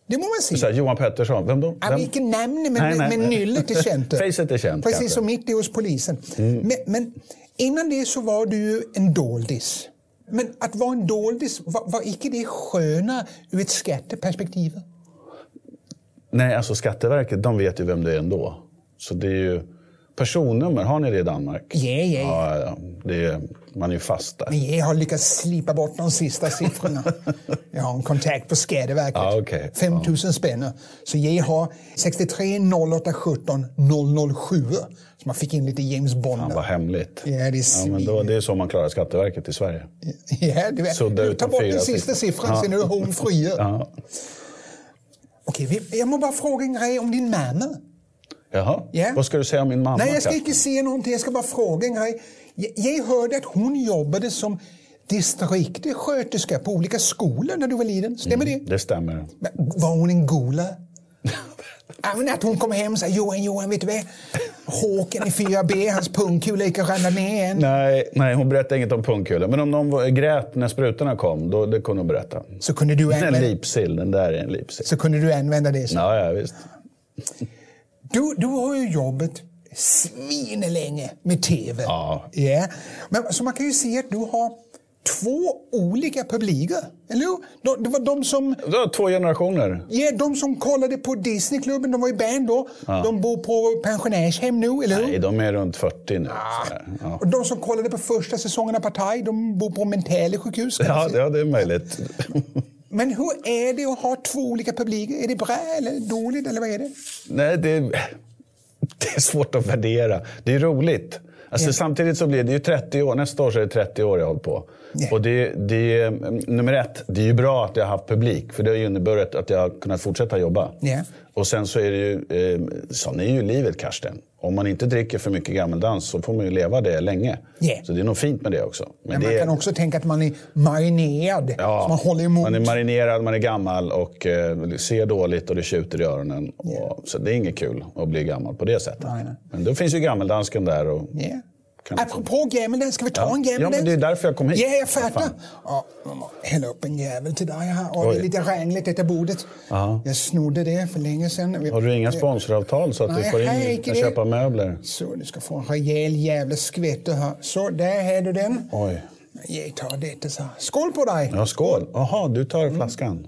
[SPEAKER 4] Det må man säga.
[SPEAKER 5] Så här, Johan Pettersson, vem då?
[SPEAKER 4] Ja,
[SPEAKER 5] Vem?
[SPEAKER 4] vilket namn, men,
[SPEAKER 5] Nej, nej.
[SPEAKER 4] men nyllet är känt.
[SPEAKER 5] Facet är
[SPEAKER 4] Precis
[SPEAKER 5] känt, kanske. Mm.
[SPEAKER 4] som mitt är hos polisen. Men, men innan det så var du ju en doldis. Men att vara en doldis, var, var icke det sköna ur ett skatteperspektiv?
[SPEAKER 5] Nej, alltså Skatteverket, de vet ju vem det är ändå. Så det är ju... Personnummer, har ni det i Danmark?
[SPEAKER 4] Ja, ja, ja.
[SPEAKER 5] ja, ja. Det är, man är ju fast där.
[SPEAKER 4] Men jag har lyckats slipa bort de sista siffrorna. Jag har en kontakt på Skatteverket.
[SPEAKER 5] Ja, okej.
[SPEAKER 4] 5 000 spänn. Så jag har 63 08 17 007. Så man fick in lite James Bond.
[SPEAKER 5] Fan vad hemligt.
[SPEAKER 4] Ja, det är
[SPEAKER 5] ja, men då, Det är så man klarar Skatteverket i Sverige.
[SPEAKER 4] Ja, du vet.
[SPEAKER 5] Sudda
[SPEAKER 4] Du
[SPEAKER 5] ut
[SPEAKER 4] tar
[SPEAKER 5] de
[SPEAKER 4] bort
[SPEAKER 5] fyra
[SPEAKER 4] den sista
[SPEAKER 5] sista.
[SPEAKER 4] siffran,
[SPEAKER 5] Ja.
[SPEAKER 4] sen är du home free.
[SPEAKER 5] Ja.
[SPEAKER 4] Okej, vi- jag må bara fråga en grej om din mamma.
[SPEAKER 5] Jaha,
[SPEAKER 4] Ja.
[SPEAKER 5] vad ska du säga om min mamma?
[SPEAKER 4] Nej, jag ska
[SPEAKER 5] Katja?
[SPEAKER 4] inte säga någonting. Jag ska bara fråga en grej. Jag, jag hörde att hon jobbade som distriktssköterska på olika skolor när du var liten. Stämmer det?
[SPEAKER 5] Det stämmer.
[SPEAKER 4] Men var hon en gola? Ja, men att hon kom hem och sa Johan, Johan, vet du vad? Håken i 4B, hans pungkula gick och ramlade ner en.
[SPEAKER 5] Nej, nej, hon berättade inget om pungkulor. Men om någon var- grät när sprutorna kom, då det kunde hon berätta.
[SPEAKER 4] Så kunde du
[SPEAKER 5] En
[SPEAKER 4] använda,
[SPEAKER 5] lipsill, den där är en lipsill.
[SPEAKER 4] så kunde du använda det. som-
[SPEAKER 5] Ja, ja, visst.
[SPEAKER 4] Du, du har ju jobbet svinlänge med tv.
[SPEAKER 5] Ja.
[SPEAKER 4] Ja. Men, så man kan ju se att du har två olika publiker. Eller hur? De, det var de som...
[SPEAKER 5] Du har två generationer.
[SPEAKER 4] Ja, de som kollade på Disneyklubben, de var i band då. De bor på pensionärshem nu, eller hur?
[SPEAKER 5] Nej, de är runt 40 nu.
[SPEAKER 4] Ah.
[SPEAKER 5] sådär. Ja.
[SPEAKER 4] Och de som kollade på första säsongen av Partaj, de bor på mentala sjukhus. kan man
[SPEAKER 5] Ja,
[SPEAKER 4] säga.
[SPEAKER 5] ja, det är möjligt.
[SPEAKER 4] Men hur är det att ha två olika publiker? Är det bra eller dåligt, eller vad är det?
[SPEAKER 5] Nej, det, det är svårt att värdera. Det är roligt. Alltså,
[SPEAKER 4] Ja.
[SPEAKER 5] Samtidigt så blir det ju 30 år. Nästa år så är det 30 år jag håller på.
[SPEAKER 4] Ja.
[SPEAKER 5] Och det, det, är, mm, nummer ett, det är ju bra att jag har haft publik. För det har ju inneburit att jag har kunnat fortsätta jobba.
[SPEAKER 4] Ja.
[SPEAKER 5] Och sen så är det ju, eh, sån är ju livet Karsten. Om man inte dricker för mycket gammeldans så får man ju leva det länge.
[SPEAKER 4] Ja.
[SPEAKER 5] Så det är nog fint med det också. Men
[SPEAKER 4] Men
[SPEAKER 5] det
[SPEAKER 4] man
[SPEAKER 5] är-
[SPEAKER 4] kan också tänka att man är marinerad, så man håller emot.
[SPEAKER 5] man är marinerad, man är gammal och eh, ser dåligt och det tjuter i öronen. Och, så det är inget kul att bli gammal på det sättet.
[SPEAKER 4] Nej, nej.
[SPEAKER 5] Men då finns ju gammeldansken där. Och,
[SPEAKER 4] Ja.
[SPEAKER 5] Kan-
[SPEAKER 4] Apropå gammeldans, ska vi ta
[SPEAKER 5] Ja.
[SPEAKER 4] en gammeldans?
[SPEAKER 5] Ja, men det är därför jag kom hit.
[SPEAKER 4] Ja, jag fattar.
[SPEAKER 5] Fan.
[SPEAKER 4] Ja, jag må hälla upp en jävel till dig här. Och det är
[SPEAKER 5] Oj.
[SPEAKER 4] lite rangligt, detta bordet.
[SPEAKER 5] Ja.
[SPEAKER 4] Jag snodde det för länge sedan.
[SPEAKER 5] Har du inga sponsoravtal så att
[SPEAKER 4] Nej,
[SPEAKER 5] du får
[SPEAKER 4] hej,
[SPEAKER 5] in och
[SPEAKER 4] det-
[SPEAKER 5] köpa möbler?
[SPEAKER 4] Så, du ska få en rejäl jävla skvätt här. Så, där har du den.
[SPEAKER 5] Oj.
[SPEAKER 4] Jag tar detta så. här. Skål på dig!
[SPEAKER 5] Ja, skål. Jaha, du tar
[SPEAKER 4] Mm.
[SPEAKER 5] flaskan.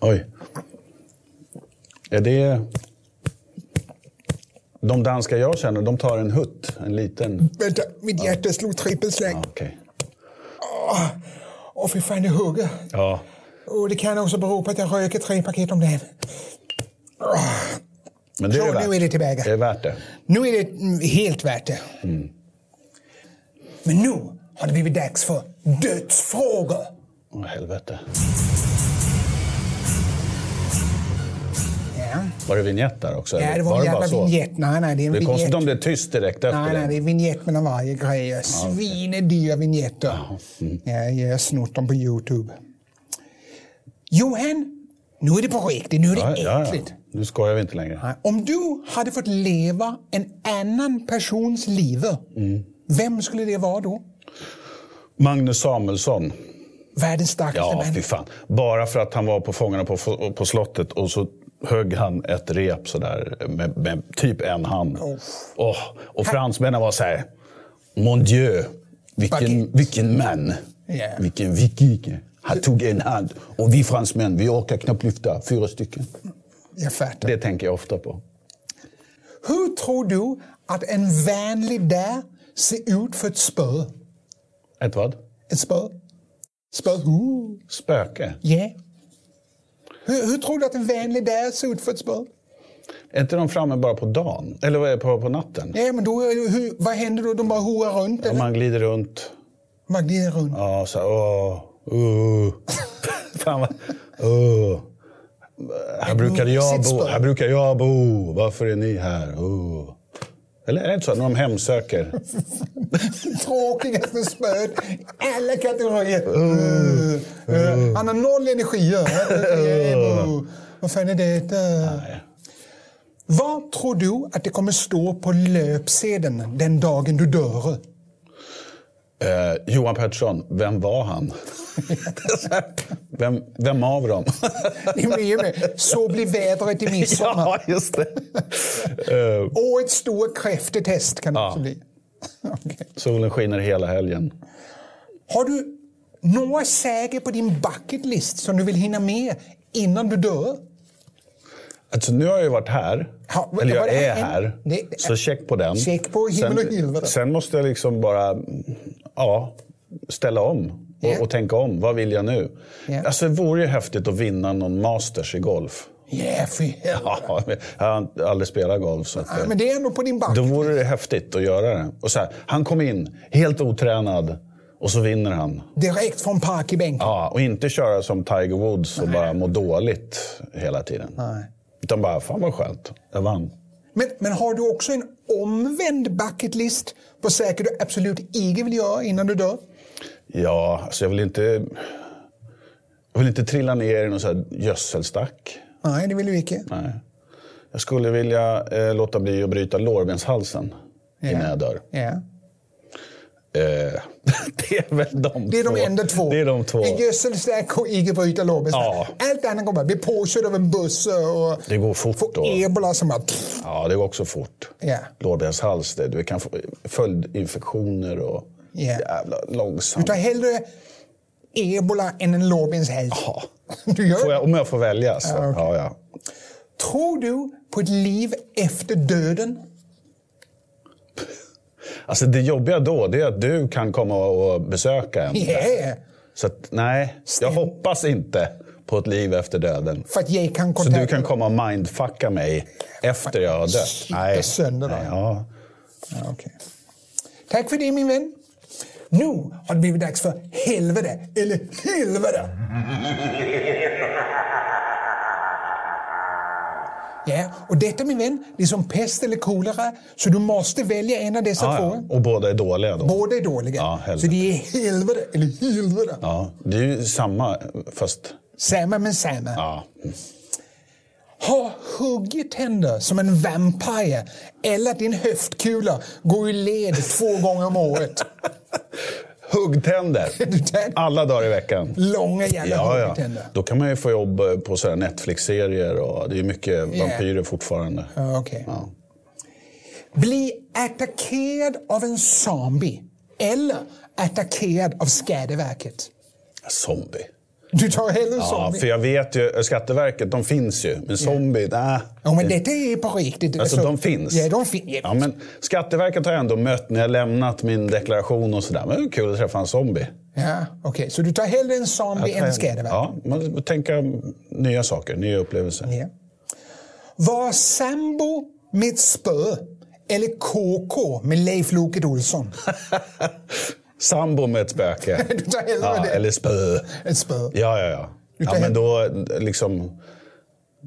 [SPEAKER 5] Oj. Är det... De danska jag känner, de tar en hutt. En liten.
[SPEAKER 4] Vänta, mitt hjärta slog trippelslag.
[SPEAKER 5] Ja, okej.
[SPEAKER 4] Åh, åh, fy fan, det hugger.
[SPEAKER 5] Ja.
[SPEAKER 4] Och det kan också bero på att jag röker tre paket om dagen. Åh.
[SPEAKER 5] Men det är,
[SPEAKER 4] Så,
[SPEAKER 5] det värt.
[SPEAKER 4] nu är det tillbaka.
[SPEAKER 5] Det är värt det.
[SPEAKER 4] Nu är det mm, helt värt det.
[SPEAKER 5] Mm.
[SPEAKER 4] Men nu har det blivit dags för dödsfrågor.
[SPEAKER 5] Åh, helvete.
[SPEAKER 4] Ja,
[SPEAKER 5] Var det vignett där också?
[SPEAKER 4] ja
[SPEAKER 5] eller?
[SPEAKER 4] det var en jävla
[SPEAKER 5] så?
[SPEAKER 4] vignett. Nej, nej, det är en
[SPEAKER 5] Det är konstigt
[SPEAKER 4] vignett.
[SPEAKER 5] om det är tyst direkt efter.
[SPEAKER 4] Nej, nej, det är vignett mellan varje grej. Svinedyra vignetter.
[SPEAKER 5] mm.
[SPEAKER 4] Ja, jag har snott dem på Youtube. Johan, nu är det på riktigt. Nu är det
[SPEAKER 5] Ja, ja, ja.
[SPEAKER 4] äckligt.
[SPEAKER 5] Nu skojar vi inte längre.
[SPEAKER 4] Nej, Om du hade fått leva en annan persons liv,
[SPEAKER 5] Mm.
[SPEAKER 4] vem skulle det vara då?
[SPEAKER 5] Magnus Samuelsson.
[SPEAKER 4] Världens starkaste
[SPEAKER 5] Ja,
[SPEAKER 4] man.
[SPEAKER 5] fy fan. Bara för att han var på Fångarna på, på slottet och så högg han ett rep sådär med, med typ en hand. Åh, och fransmännen var så här. Mon dieu,
[SPEAKER 4] Baguette."
[SPEAKER 5] vilken, vilken man.
[SPEAKER 4] Ja.
[SPEAKER 5] Vilken viking. Han tog en hand. Och vi fransmän, vi orkar knappt lyfta fyra stycken.
[SPEAKER 4] Jag fattar.
[SPEAKER 5] Det tänker jag ofta på.
[SPEAKER 4] Hur tror du att en vänlig där ser ut för ett spö?
[SPEAKER 5] Ett vad?
[SPEAKER 4] Ett spö? Spö? Ooh,
[SPEAKER 5] Spöke.
[SPEAKER 4] Yeah. Hur, hur tror du att en vänlig där ser ut för ett spö?
[SPEAKER 5] Är inte de framme bara på dagen? Eller vad är det, på, på natten?
[SPEAKER 4] Ja, men då, är det- hur, vad händer då? De bara hoar runt?
[SPEAKER 5] Om
[SPEAKER 4] Eller?
[SPEAKER 5] man glider runt.
[SPEAKER 4] Man glider runt.
[SPEAKER 5] Ja, så här, åh, uh. Fan vad, uh. Här brukade jag bo, här brukar jag bo. Varför är ni här? Uh. Eller är det inte så? När de hemsöker.
[SPEAKER 4] Tråkigaste spöet i alla kategorier. Uh, uh. Han har noll energi. Uh, uh. Vad fan är det? Uh. Vad tror du att det kommer stå på löpsedeln den dagen du dör?
[SPEAKER 5] Eh, Johan Pettersson, vem var han? vem, vem av dem?
[SPEAKER 4] Det blir ju med. Så blir vädret i midsommar.
[SPEAKER 5] ja, just det. Eh,
[SPEAKER 4] Och ett stort kräftetest kan det
[SPEAKER 5] Ja.
[SPEAKER 4] också bli. Okej.
[SPEAKER 5] solen skiner hela helgen.
[SPEAKER 4] Har du några säger på din bucket list som du vill hinna med innan du dör?
[SPEAKER 5] Alltså, nu har jag ju varit här,
[SPEAKER 4] Ja, men
[SPEAKER 5] eller
[SPEAKER 4] var
[SPEAKER 5] jag
[SPEAKER 4] det
[SPEAKER 5] är
[SPEAKER 4] en-
[SPEAKER 5] här,
[SPEAKER 4] det- det-
[SPEAKER 5] så check på den.
[SPEAKER 4] Check på himmel och helvete.
[SPEAKER 5] sen, sen måste jag liksom bara mm, ja, ställa om och,
[SPEAKER 4] Ja.
[SPEAKER 5] och tänka om. Vad vill jag nu?
[SPEAKER 4] Ja.
[SPEAKER 5] Alltså, det vore ju häftigt att vinna någon masters i golf.
[SPEAKER 4] Yeah, för helvete.
[SPEAKER 5] Ja, jag har aldrig spelat golf. Så att,
[SPEAKER 4] Ja, Men det är ändå på din bucket.
[SPEAKER 5] Då vore det häftigt att göra det. Och så här, han kom in helt otränad och så vinner han.
[SPEAKER 4] Direkt från park i bänken.
[SPEAKER 5] Ja, och inte köra som Tiger Woods och bara må dåligt hela tiden.
[SPEAKER 4] Nej.
[SPEAKER 5] Utan bara, fan vad skönt, jag vann.
[SPEAKER 4] Men, men har du också en omvänd bucket list på saker du absolut inte vill göra innan du dör?
[SPEAKER 5] Ja, alltså jag vill inte... Jag vill inte trilla ner i någon så här gödselstack.
[SPEAKER 4] Nej, det vill du inte.
[SPEAKER 5] Nej. Jag skulle vilja eh, låta bli att bryta lårbenshalsen innan jag dör.
[SPEAKER 4] Ja.
[SPEAKER 5] Eh, det är väl de
[SPEAKER 4] Det är
[SPEAKER 5] två.
[SPEAKER 4] de enda två.
[SPEAKER 5] Det är de två.
[SPEAKER 4] En gödselstack och inte bryta lårbensstack.
[SPEAKER 5] Ja.
[SPEAKER 4] Allt annat kommer bara bli påkörd av en buss och
[SPEAKER 5] Det går fort
[SPEAKER 4] få
[SPEAKER 5] då.
[SPEAKER 4] ebola som bara...
[SPEAKER 5] Ja, det går också fort.
[SPEAKER 4] Ja.
[SPEAKER 5] Lårbenshals, det, du kan få följdinfektioner och
[SPEAKER 4] Ja.
[SPEAKER 5] jävla
[SPEAKER 4] Du
[SPEAKER 5] långsamt.
[SPEAKER 4] tar hellre ebola än en lårbenshälsa.
[SPEAKER 5] Ja.
[SPEAKER 4] Du gör
[SPEAKER 5] Får
[SPEAKER 4] det.
[SPEAKER 5] jag, om jag får välja så. Ja, ja,
[SPEAKER 4] Tror du på ett liv efter döden?
[SPEAKER 5] Alltså det jobbiga då, det är att du kan komma och besöka en.
[SPEAKER 4] Yeah.
[SPEAKER 5] Så att, nej, jag hoppas inte på ett liv efter döden.
[SPEAKER 4] För att jag kan
[SPEAKER 5] Så
[SPEAKER 4] kontakta...
[SPEAKER 5] du kan komma och mindfucka mig efter jag har dött?
[SPEAKER 4] Slita sönder dig.
[SPEAKER 5] Nej, ja.
[SPEAKER 4] Ja, okej. Tack för det min vän. Nu har det blivit dags för helvete, eller helvete! Ja, och detta min vän, det är som pest eller kolera, så du måste välja en av dessa
[SPEAKER 5] Ah, ja.
[SPEAKER 4] två.
[SPEAKER 5] Och båda är dåliga då?
[SPEAKER 4] Båda är dåliga.
[SPEAKER 5] Ja,
[SPEAKER 4] så
[SPEAKER 5] helvete.
[SPEAKER 4] det är helvete, eller helvete.
[SPEAKER 5] Ja, det är ju samma, fast...
[SPEAKER 4] Samma men samma.
[SPEAKER 5] Ja.
[SPEAKER 4] Ha huggit händer som en vampire eller att din höftkula går i led två gånger om året.
[SPEAKER 5] Huggtänder!
[SPEAKER 4] Du tänker-
[SPEAKER 5] Alla dagar i veckan.
[SPEAKER 4] Långa jävla
[SPEAKER 5] Ja, ja.
[SPEAKER 4] huggtänder.
[SPEAKER 5] Då kan man ju få jobb eh, på så här Netflix-serier och det är ju mycket vampyrer fortfarande.
[SPEAKER 4] Ja, okej.
[SPEAKER 5] Ja.
[SPEAKER 4] Bli attackerad av en zombie eller attackerad av Skatteverket.
[SPEAKER 5] Zombie.
[SPEAKER 4] Du tar hellre en
[SPEAKER 5] Ja,
[SPEAKER 4] zombie.
[SPEAKER 5] för jag vet ju, Skatteverket, de finns ju. Men zombie, nej.
[SPEAKER 4] Ja, men detta är på riktigt.
[SPEAKER 5] Alltså
[SPEAKER 4] Så-
[SPEAKER 5] de finns.
[SPEAKER 4] Ja, de finns.
[SPEAKER 5] Ja, men Skatteverket har jag ändå mött när jag lämnat min deklaration och sådär. Men det är kul att träffa en zombie.
[SPEAKER 4] Ja, okej. Så du tar hellre en zombie än en Skatteverket?
[SPEAKER 5] Ja, man tänka nya saker, nya upplevelser.
[SPEAKER 4] Ja. Var sambo med ett spö eller KK med Leif Loket Olsson?
[SPEAKER 5] Sambo med ett spöke.
[SPEAKER 4] Du tar hellre
[SPEAKER 5] ja,
[SPEAKER 4] det.
[SPEAKER 5] Eller spö.
[SPEAKER 4] Ett spö.
[SPEAKER 5] Ja, ja, ja. ja
[SPEAKER 4] tar
[SPEAKER 5] men då liksom...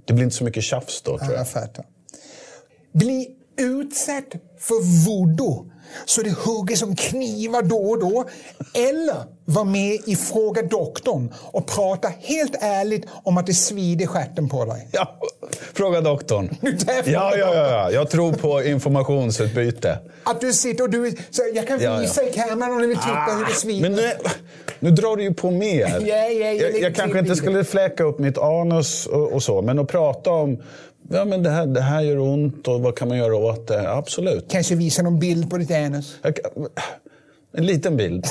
[SPEAKER 5] Det blir inte så mycket tjafs då, tror
[SPEAKER 4] Ja,
[SPEAKER 5] jag.
[SPEAKER 4] jag fattar. Bli utsatt för voodoo så det hugger som knivar då och då. Eller var med i Fråga doktorn och prata helt ärligt om att det svider i stjärten på dig.
[SPEAKER 5] Ja, fråga doktorn.
[SPEAKER 4] Du tar fråga
[SPEAKER 5] Ja, ja, ja, ja. Jag tror på informationsutbyte.
[SPEAKER 4] Att du sitter och du... Så jag kan
[SPEAKER 5] Ja, ja.
[SPEAKER 4] visa i kameran om ni vill titta hur det svider.
[SPEAKER 5] Men nu, nu drar du ju på mer.
[SPEAKER 4] Ja, ja, ja,
[SPEAKER 5] jag
[SPEAKER 4] lite
[SPEAKER 5] jag kanske inte
[SPEAKER 4] till.
[SPEAKER 5] skulle fläka upp mitt anus och, och så, men att prata om ja, men det, här, det här gör ont och vad kan man göra åt det? Absolut.
[SPEAKER 4] Kanske visa någon bild på ditt anus.
[SPEAKER 5] Jag, kan- en liten bild.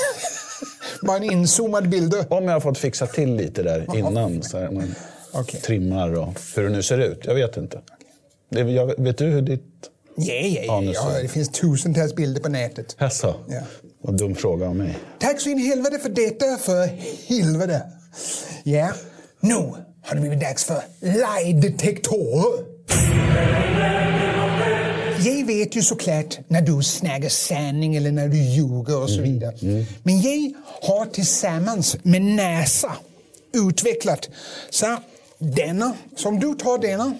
[SPEAKER 4] Bara en inzoomad bild.
[SPEAKER 5] Om jag har fått fixa till lite där innan. Så här, man
[SPEAKER 4] Okej.
[SPEAKER 5] Trimmar och hur det nu ser ut. Jag vet inte. Det, jag, vet du hur ditt...
[SPEAKER 4] Ja, ja, ja,
[SPEAKER 5] Anus.
[SPEAKER 4] ja. Det finns tusentals bilder på nätet.
[SPEAKER 5] Jaså?
[SPEAKER 4] Ja.
[SPEAKER 5] Vad dum fråga av mig.
[SPEAKER 4] Tack så in i helvete för detta, för helvete. Ja, nu har det blivit dags för live-detektorer. Jag vet ju såklart när du snäger sanning eller när du ljuger och så
[SPEAKER 5] Mm.
[SPEAKER 4] vidare. Men jag har tillsammans med NASA utvecklat så denna, som du tar denna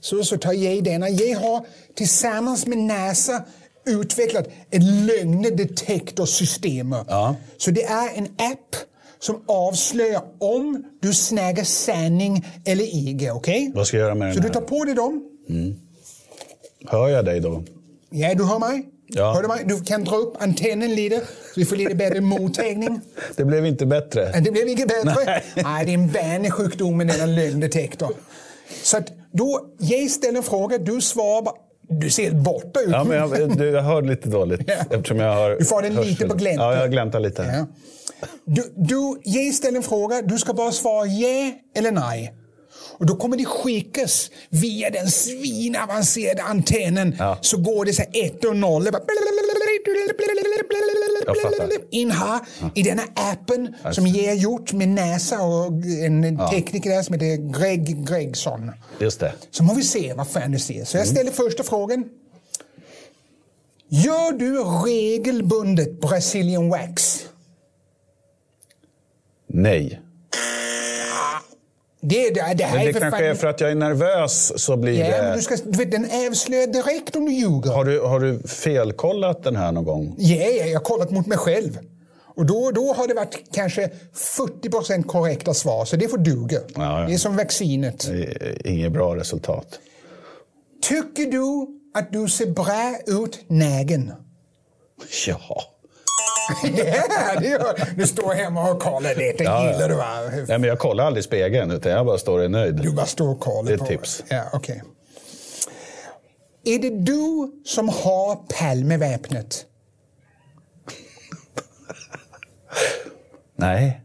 [SPEAKER 4] så, så tar jag denna. Jag har tillsammans med NASA utvecklat ett lögnedetektorsystem.
[SPEAKER 5] Ja.
[SPEAKER 4] Så det är en app som avslöjar om du snäger sanning eller ej. Okej?
[SPEAKER 5] Vad ska jag göra med den
[SPEAKER 4] Så du
[SPEAKER 5] här?
[SPEAKER 4] tar på dig dem.
[SPEAKER 5] Hör jag dig då?
[SPEAKER 4] Ja, du hör mig?
[SPEAKER 5] Ja.
[SPEAKER 4] Hör du mig? Du kan dra upp antennen lite, så vi får lite bättre mottagning.
[SPEAKER 5] Det blev inte bättre.
[SPEAKER 4] Men Det blev inget bättre.
[SPEAKER 5] Nej.
[SPEAKER 4] Nej, det är en vanlig sjukdom med denna lögndetektor. Så att då, jag ställer en fråga, du svarar bara. Du ser helt borta ut.
[SPEAKER 5] Ja, men jag, du, jag hör lite dåligt
[SPEAKER 4] Ja.
[SPEAKER 5] eftersom jag har
[SPEAKER 4] Du får den lite
[SPEAKER 5] hörsel.
[SPEAKER 4] på glänt.
[SPEAKER 5] Ja, jag gläntar lite. här.
[SPEAKER 4] Ja. Du, du, jag ställer en fråga, du ska bara svara ja eller nej. Och då kommer det skickas via den svinavancerade antennen.
[SPEAKER 5] Ja.
[SPEAKER 4] Så går det så här ett och noll.
[SPEAKER 5] Jag fattar.
[SPEAKER 4] In här, i denna appen som jag har gjort med NASA och en tekniker där som heter Greg Gregson.
[SPEAKER 5] Just det.
[SPEAKER 4] Så må vi se vad fan du ser. Så jag ställer första frågan. Gör du regelbundet Brazilian wax?
[SPEAKER 5] Nej.
[SPEAKER 4] Det, det, det här
[SPEAKER 5] Men det
[SPEAKER 4] är för
[SPEAKER 5] kanske
[SPEAKER 4] fan...
[SPEAKER 5] är för att jag är nervös så blir
[SPEAKER 4] Ja, men
[SPEAKER 5] det...
[SPEAKER 4] du ska, du vet, den avslöjar direkt om du ljuger.
[SPEAKER 5] Har, du, har du felkollat den här någon gång?
[SPEAKER 4] Ja, ja, jag har kollat mot mig själv. Och då, då har det varit kanske 40 korrekta svar, så det får duga.
[SPEAKER 5] Ja, ja.
[SPEAKER 4] Det är som vaccinet.
[SPEAKER 5] Det är Inget bra resultat.
[SPEAKER 4] Tycker du att du ser bra ut nägen?
[SPEAKER 5] Ja.
[SPEAKER 4] ja, det gör Du står hemma och kollar det. Det
[SPEAKER 5] ja.
[SPEAKER 4] gillar du va?
[SPEAKER 5] Nej, men jag kollar aldrig i spegeln utan jag bara står och är
[SPEAKER 4] Du
[SPEAKER 5] nöjd.
[SPEAKER 4] bara står och kollar
[SPEAKER 5] Det är ett
[SPEAKER 4] på
[SPEAKER 5] tips.
[SPEAKER 4] Ja, okej. Är det du som har Palmeväpnet?
[SPEAKER 5] Nej.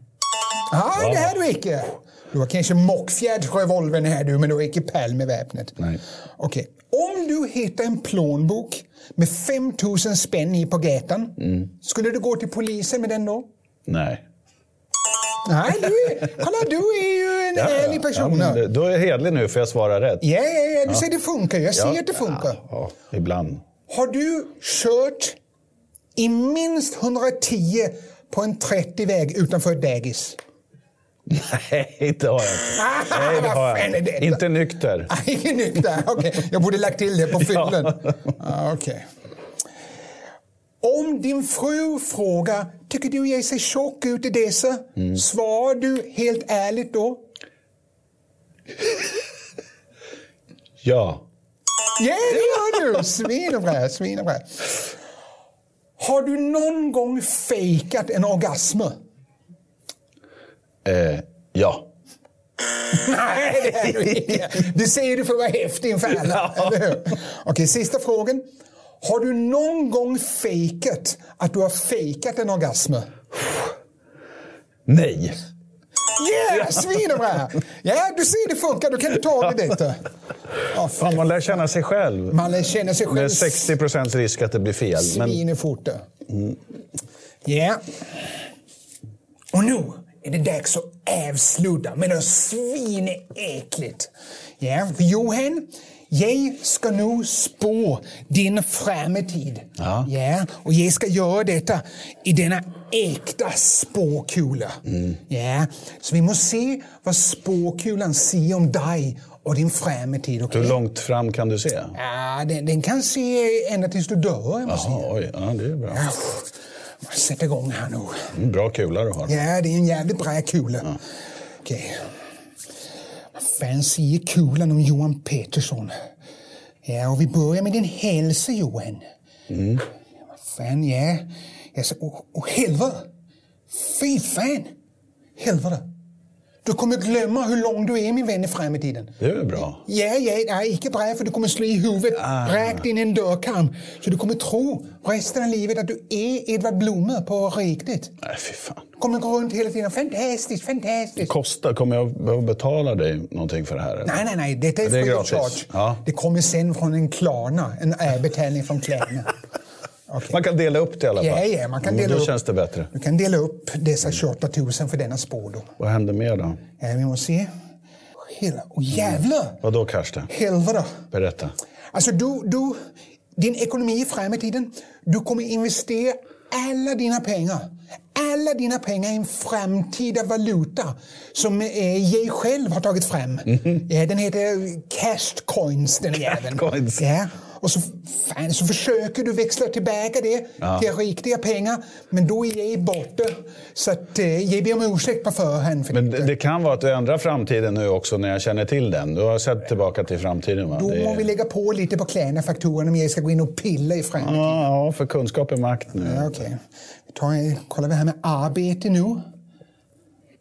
[SPEAKER 4] Nej, det är du icke. Du har kanske mockfjärdsrevolvern här du, men du har icke Palmeväpnet.
[SPEAKER 5] Nej.
[SPEAKER 4] Okej. Om du hittar en plånbok med 5 000 spänn i på gatan,
[SPEAKER 5] Mm.
[SPEAKER 4] skulle du gå till polisen med den då?
[SPEAKER 5] Nej.
[SPEAKER 4] Nej, du är, kolla du är ju en ärlig person.
[SPEAKER 5] Ja,
[SPEAKER 4] Ja,
[SPEAKER 5] men då är jag hedlig nu för jag svarar rätt.
[SPEAKER 4] ja, ja, du säger det funkar. Jag ser
[SPEAKER 5] Ja.
[SPEAKER 4] att det funkar.
[SPEAKER 5] Ja, ja, ibland.
[SPEAKER 4] Har du kört i minst 110 på en 30-väg utanför ett dagis?
[SPEAKER 5] Nej, inte har jag. Nej, det har
[SPEAKER 4] Ah, Vad fan är
[SPEAKER 5] jag.
[SPEAKER 4] detta?
[SPEAKER 5] inte. Inte nykter.
[SPEAKER 4] Ingen nykter? Okej, jag borde lagt till det på fyllen.
[SPEAKER 5] Ja.
[SPEAKER 4] Ah, okej. Om din fru frågar tycker du jag ser tjock ut i dessa? Svarar du helt ärligt då?
[SPEAKER 5] Ja.
[SPEAKER 4] Ja, det gör du! Svinebra, svinebra. Har du någon gång fejkat en orgasm?
[SPEAKER 5] Eh, ja.
[SPEAKER 4] Nej, det är du inte. Det säger du för att vara häftig inför alla.
[SPEAKER 5] Ja.
[SPEAKER 4] eller hur? Okej, sista frågan. Har du någon gång fejkat att du har fejkat en orgasm?
[SPEAKER 5] Nej.
[SPEAKER 4] Yeah, svinbra! Ja, du ser det funkar. Du kan ta det detta. Ja,
[SPEAKER 5] Fan,
[SPEAKER 4] fan.
[SPEAKER 5] man lär känna sig själv.
[SPEAKER 4] Man lär känna sig
[SPEAKER 5] Det
[SPEAKER 4] själv
[SPEAKER 5] är 60 procents risk att det blir fel. Men
[SPEAKER 4] Mm. svin i foten. Ja. Och nu är det dags att avsluta med något svinäckligt. Ja, för Johan, jag ska nu spå din framtid.
[SPEAKER 5] Ja.
[SPEAKER 4] och jag ska göra detta i denna äkta spåkula.
[SPEAKER 5] Mm.
[SPEAKER 4] Ja, så vi måste se vad spåkulan säger om dig och din framtid.
[SPEAKER 5] Hur
[SPEAKER 4] Okay?
[SPEAKER 5] långt fram kan du se?
[SPEAKER 4] Ja, den, den kan se ända tills du dör. jag måste säga.
[SPEAKER 5] Jaha, oj. Ja, det är bra.
[SPEAKER 4] Ja, man sätter igång här nu.
[SPEAKER 5] Mm, Bra kula du har.
[SPEAKER 4] Ja, det är en jävligt bra kula. Okej. Vad fan säger kulan om Johan Pettersson? Ja, och vi börjar med din hälsa, Johan. Vad fan, ja. Alltså, och, och helvete! Fy fan! Helvete! Du kommer glömma hur lång du är, min vän, i framtiden.
[SPEAKER 5] Det är bra.
[SPEAKER 4] Ja, ja, nej, inte bra för du kommer slå i huvudet
[SPEAKER 5] Ah.
[SPEAKER 4] rakt in i en dörrkarm. Så du kommer tro resten av livet att du är Edvard Blomme på riktigt.
[SPEAKER 5] Nej, fy fan.
[SPEAKER 4] Du kommer gå runt hela tiden. Fantastiskt, fantastiskt.
[SPEAKER 5] Kostar, kommer jag behöva betala dig någonting för det här? Eller?
[SPEAKER 4] Nej, nej, nej. Detta är,
[SPEAKER 5] Det är
[SPEAKER 4] free of
[SPEAKER 5] gratis.
[SPEAKER 4] charge.
[SPEAKER 5] Ja.
[SPEAKER 4] Det kommer sen från en Klarna. En betalning från Klarna.
[SPEAKER 5] Man kan dela upp det i alla fall.
[SPEAKER 4] Ja, ja, man kan
[SPEAKER 5] Men
[SPEAKER 4] dela
[SPEAKER 5] då
[SPEAKER 4] upp.
[SPEAKER 5] känns det bättre.
[SPEAKER 4] Du kan dela upp dessa 28 000 för denna spådom.
[SPEAKER 5] Vad händer mer då?
[SPEAKER 4] Ja, vi måste se. Hela... Åh, jävlar!
[SPEAKER 5] Vad då, Karsten?
[SPEAKER 4] Helvete!
[SPEAKER 5] Berätta.
[SPEAKER 4] Alltså du, du, din ekonomi i framtiden, du kommer investera alla dina pengar. Alla dina pengar i en framtida valuta som eh, jag själv har tagit fram.
[SPEAKER 5] Mhm.
[SPEAKER 4] Ja, den heter cash coins, den jäveln.
[SPEAKER 5] coins.
[SPEAKER 4] Ja. Och så, fan, så försöker du växla tillbaka det till riktiga pengar, men då är jag borta. Så att, eh, jag ber om ursäkt på förhand. För
[SPEAKER 5] Men
[SPEAKER 4] det.
[SPEAKER 5] det, det kan vara att du ändrar framtiden nu också när jag känner till den. Du har sett tillbaka till framtiden va?
[SPEAKER 4] Då
[SPEAKER 5] Det är-
[SPEAKER 4] må vi lägga på lite på kläderna, faktorer, om jag ska gå in och pilla i framtiden.
[SPEAKER 5] Ja, ja, för kunskap är makt nu.
[SPEAKER 4] Ja, Okej. Vi tar- kollar vi här med arbete nu.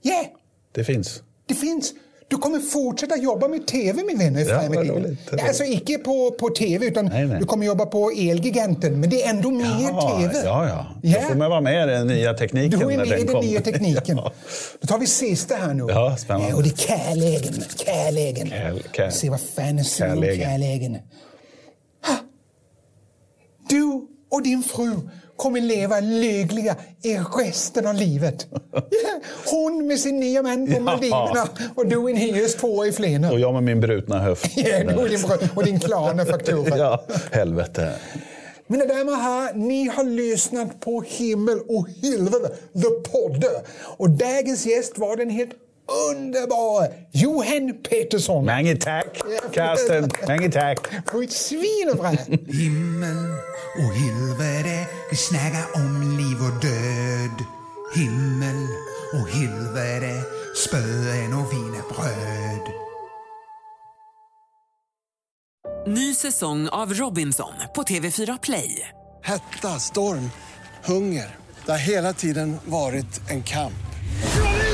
[SPEAKER 4] Ja,
[SPEAKER 5] Det finns.
[SPEAKER 4] det finns. Du kommer fortsätta jobba med tv, min vän. i
[SPEAKER 5] Ja,
[SPEAKER 4] framtiden.
[SPEAKER 5] vad roligt, vad
[SPEAKER 4] Ja, Alltså icke på, på tv, utan
[SPEAKER 5] Nej, nej.
[SPEAKER 4] du kommer jobba på Elgiganten. Men det är ändå mer tv.
[SPEAKER 5] ja, ja.
[SPEAKER 4] Ja.
[SPEAKER 5] Då får man vara med i den nya tekniken
[SPEAKER 4] Du är
[SPEAKER 5] när
[SPEAKER 4] med i
[SPEAKER 5] den
[SPEAKER 4] den
[SPEAKER 5] kommer.
[SPEAKER 4] nya tekniken.
[SPEAKER 5] Ja.
[SPEAKER 4] Då tar vi sista här nu.
[SPEAKER 5] Ja, spännande.
[SPEAKER 4] Ja, och det är kärleken. Kärleken.
[SPEAKER 5] Kärl- kärl-
[SPEAKER 4] Se vad fan det säger om
[SPEAKER 5] kärleken.
[SPEAKER 4] kärleken. Ha! Du och din fru kommer leva lyckliga i resten av livet. Hon med sin nya man på
[SPEAKER 5] Ja.
[SPEAKER 4] Maldiverna och du i en hyrestvåa i Flen.
[SPEAKER 5] Och jag med min brutna höft.
[SPEAKER 4] Ja, du och din, fru- och din Klarna-faktura.
[SPEAKER 5] ja, helvete.
[SPEAKER 4] Mina damer och herrar, ni har lyssnat på Himmel och helvete, The Podd. Och dagens gäst var den helt underbara Johan Pettersson.
[SPEAKER 5] Mange tack, Karsten. Mange tack.
[SPEAKER 4] Det var ju ett svin och bra.
[SPEAKER 8] Himmel och helvete, vi snackar om liv och död. Himmel och helvete, spöen och wienerbröd.
[SPEAKER 1] Ny säsong av Robinson på TV4 Play.
[SPEAKER 2] Hetta, storm, hunger. Det har hela tiden varit en kamp.